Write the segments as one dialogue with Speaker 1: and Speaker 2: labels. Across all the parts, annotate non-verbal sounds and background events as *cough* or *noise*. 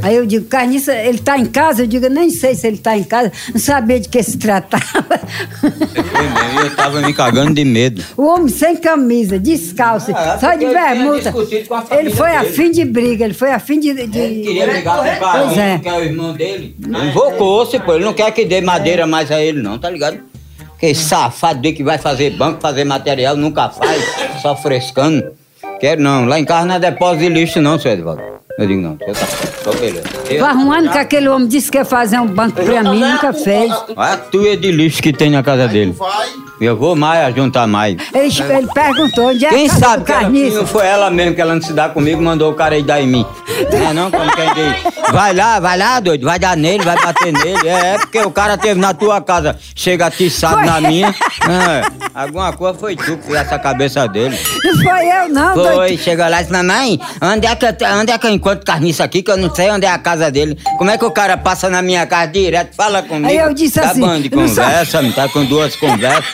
Speaker 1: Aí eu digo, Carniça, ele tá em casa? Eu digo, eu nem sei se ele tá em casa, não sabia de que se tratava. *laughs*
Speaker 2: Eu, eu tava me cagando de medo.
Speaker 1: O homem sem camisa, descalço,
Speaker 3: Ah,
Speaker 1: só de
Speaker 3: porque ele tinha
Speaker 1: bermuda.
Speaker 3: discutido com a família
Speaker 1: Ele foi a
Speaker 3: dele.
Speaker 1: fim de briga, ele foi a fim de. de-
Speaker 3: Ele queria brigar com o
Speaker 1: Pois
Speaker 3: Barão,
Speaker 1: é.
Speaker 3: que é o irmão dele.
Speaker 2: Invocou-se, pô. Ele não quer que dê madeira mais a ele, não, tá ligado?
Speaker 3: Hum.
Speaker 2: Que safado dele que vai fazer banco, fazer material, nunca faz, só frescando. Quero não. Lá em casa não é depósito de lixo, não, seu Edvaldo. Eu digo, não, seu tá. Tô beleza.
Speaker 1: Tô
Speaker 2: Eu-
Speaker 1: arrumando que aquele homem disse que ia fazer um banco pra mim, nunca fez.
Speaker 2: Olha a tuia de lixo que tem na casa
Speaker 4: Tu
Speaker 2: dele.
Speaker 4: vai,
Speaker 2: Eu vou mais ajuntar mais.
Speaker 1: Ele, ele perguntou onde é
Speaker 2: Quem
Speaker 1: a casa
Speaker 2: sabe
Speaker 1: do
Speaker 2: que ela,
Speaker 1: Carniça.
Speaker 2: não foi ela mesmo que ela não se dá comigo, mandou o cara ir dar em mim. Não é não, como quem diz. Vai lá, vai lá, doido, vai dar nele, vai bater nele. É, é porque o cara teve na tua casa, chega atiçado na minha. É, alguma coisa foi tu que fez essa cabeça dele.
Speaker 1: Não foi eu, não, Tá doido.
Speaker 2: Foi, chegou lá e disse, mamãe, onde é, que eu, te- onde é que eu encontro carniça aqui, que eu não sei onde é a casa dele. Como é que o cara passa na minha casa direto, fala comigo.
Speaker 1: Aí eu disse
Speaker 2: tá
Speaker 1: assim,
Speaker 2: bom de
Speaker 1: eu não
Speaker 2: conversa, não tá com duas conversas,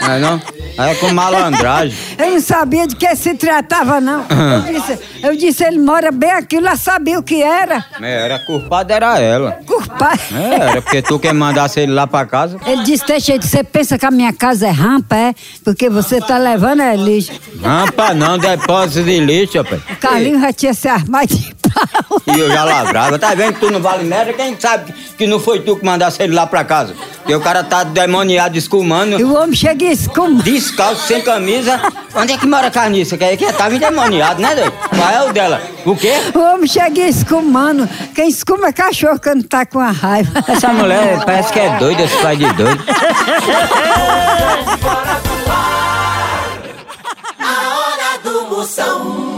Speaker 2: não é não? Aí é com malandragem.
Speaker 1: Eu não sabia de que se tratava, não.
Speaker 3: Ah.
Speaker 1: Eu disse, eu disse, ele mora bem aqui, lá sabia o que era.
Speaker 2: É, Era culpada, era ela.
Speaker 1: Culpado.
Speaker 2: É, era porque tu quem mandasse ele lá pra casa.
Speaker 1: Ele disse, deixa de você pensa que a minha casa é rampa, é? Porque você tá levando é lixo.
Speaker 2: Rampa não, depósito de lixo, rapaz.
Speaker 1: O Carlinho já tinha se armado de pau.
Speaker 2: E eu já lavrava. Tá vendo que tu não vale merda? Quem sabe que- que não foi tu que mandasse ele lá pra casa? Porque o cara tá demoniado,
Speaker 1: E
Speaker 2: escumando,
Speaker 1: o homem chega e escuma.
Speaker 2: descalço, sem camisa. Onde é que mora a carniça? Que aí que tava endemoniado, né, doido? Qual é o dela? O quê?
Speaker 1: O homem chega e escumando. Quem escuma é cachorro quando tá com a raiva.
Speaker 2: Essa mulher parece que é doida, esse pai de doido.
Speaker 5: a hora do Moção.